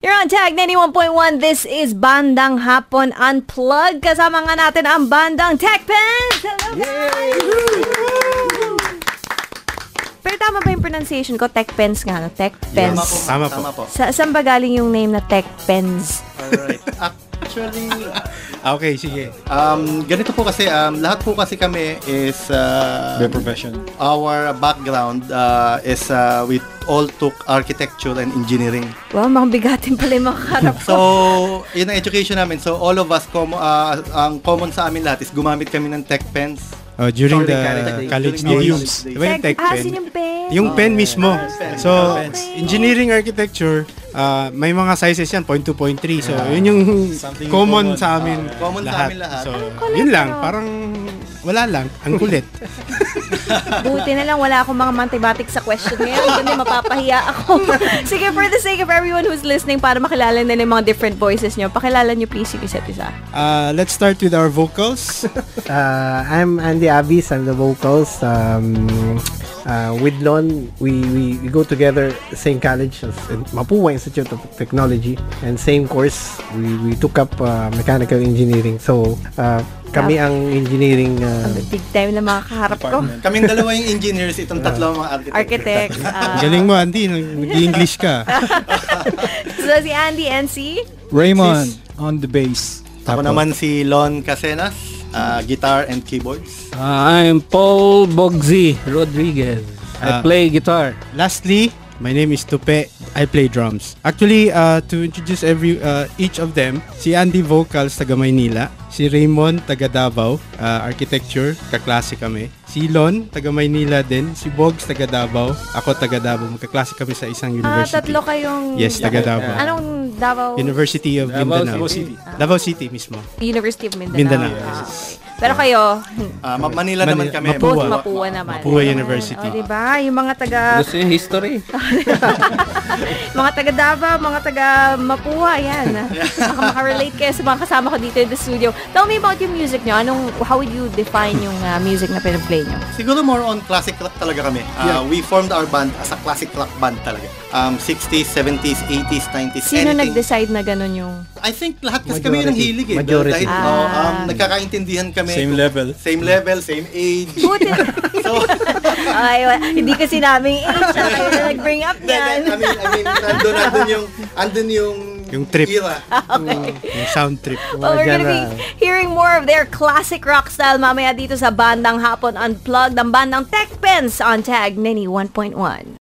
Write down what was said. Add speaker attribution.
Speaker 1: Contact 91.1. This is Bandang Hapon Unplugged. Kasama nga natin ang Bandang Tech Pens. Hello guys! Pero tama ba yung pronunciation ko? Tech Pens nga, no? Tech Pens.
Speaker 2: Tama po.
Speaker 3: Tama po.
Speaker 1: Sa saan ba galing yung name na Tech Pens?
Speaker 3: Alright. Actually,
Speaker 2: Ah, Okay, sige.
Speaker 3: um, ganito po kasi, um, lahat po kasi kami is, uh,
Speaker 2: The profession.
Speaker 3: our background uh, is uh, we all took architecture and engineering.
Speaker 1: Wow, mabigatin pala yung mga kaharap ko.
Speaker 3: So, yun ang education namin. So, all of us, com- uh, ang common sa amin lahat is gumamit kami ng tech pens.
Speaker 2: Oh, during
Speaker 3: Sorry,
Speaker 2: the
Speaker 3: college days.
Speaker 2: college days.
Speaker 3: During college days.
Speaker 2: Diba yung tech
Speaker 1: ah,
Speaker 2: pen?
Speaker 1: sino yung pen?
Speaker 2: Yung pen mismo.
Speaker 3: Ah,
Speaker 2: So, engineering architecture, ah, may mga sizes yan, 0.2, 0.3. So, yun yung
Speaker 4: Something
Speaker 2: common,
Speaker 4: common.
Speaker 2: sa amin.
Speaker 3: Ah. Common sa
Speaker 2: lahat.
Speaker 3: amin lahat.
Speaker 2: So,
Speaker 1: kulit,
Speaker 2: yun lang.
Speaker 1: ano?
Speaker 2: Parang wala lang. Ang kulit.
Speaker 1: Buti na lang wala akong mga mantibatik sa question ngayon kundi mapapahiya ako. Sige, for the sake of everyone who's listening, para makilala nila yung mga different voices nyo, pakilala nyo please yung isa't isa.
Speaker 2: Uh, let's start with our vocals.
Speaker 4: Uh, I'm Andy Abis. I'm the vocals. Um, uh, with Lon, we, we, we go together, same college, as in Mapua Institute of Technology, and same course. We, we took up uh, mechanical engineering. So, uh, kami ang engineering uh,
Speaker 1: Big time na mga kaharap ko.
Speaker 3: Kaming dalawa yung engineers, itong tatlo ang mga architect.
Speaker 1: Architect. ah.
Speaker 2: Ang Galing mo, Andy. Nag-English ka.
Speaker 1: so, si Andy and si...
Speaker 5: Raymond on the bass.
Speaker 3: Ako
Speaker 2: Tapos,
Speaker 3: naman si Lon Casenas, uh, guitar and keyboards.
Speaker 6: I'm Paul Bogzi Rodriguez.
Speaker 2: Ah.
Speaker 6: I play guitar.
Speaker 2: Lastly, my name is Tupe. I play drums. Actually, uh, to introduce every uh, each of them, si Andy Vocals, taga Maynila. Si Raymond, taga Davao, uh, Architecture, kaklase kami. Si Lon, taga Maynila din. Si Bogs, taga Davao. Ako, taga Davao. Magkaklase kami sa isang
Speaker 1: Ah,
Speaker 2: university.
Speaker 1: tatlo Ah. kayong...
Speaker 2: Yes, taga Davao.
Speaker 1: Anong Davao?
Speaker 2: University of
Speaker 6: Davao
Speaker 2: Mindanao.
Speaker 6: City.
Speaker 1: Ah.
Speaker 2: Davao City mismo.
Speaker 1: University of Mindanao.
Speaker 2: Mindanao,
Speaker 1: Ah,
Speaker 2: yes.
Speaker 1: okay. Pero kayo,
Speaker 3: Uh, Ma- Manila,
Speaker 2: Manila-
Speaker 3: naman kami.
Speaker 2: Mapua.
Speaker 1: both Mapua naman.
Speaker 2: Mapua University.
Speaker 1: O, diba? Yung mga taga...
Speaker 6: Gusto yung history.
Speaker 1: mga taga Davao, mga taga Mapua, yan. Baka makarelate kayo sa mga kasama ko dito in the studio. Tell me about your music nyo. Anong, how would you define yung ah, music na pinaplay nyo?
Speaker 3: Siguro more on classic rock talaga kami. Uh, We formed our band as a classic rock band talaga. Um, 60s, 70s, 80s, 90s,
Speaker 1: Sino
Speaker 3: anything.
Speaker 1: nag-decide na ganun yung...
Speaker 3: I think lahat kasi kami ng hilig eh.
Speaker 4: Majority.
Speaker 3: Dahil oh, um,
Speaker 1: Ah.
Speaker 3: nagkakaintindihan kami.
Speaker 2: Same level.
Speaker 3: Same level, same age.
Speaker 1: Buti.
Speaker 3: so,
Speaker 1: Ay, wa- hindi kasi namin age na kayo na nag-bring up yan.
Speaker 3: I mean, I mean, nandun, nandun yung, andun yung,
Speaker 2: Yung trip.
Speaker 3: Era.
Speaker 2: Yung sound trip.
Speaker 1: Well, we're gonna be
Speaker 4: Diyan
Speaker 1: hearing more of their classic rock style mamaya dito sa Bandang Hapon Unplugged, ang Bandang Tech Pens on Tag 91.1.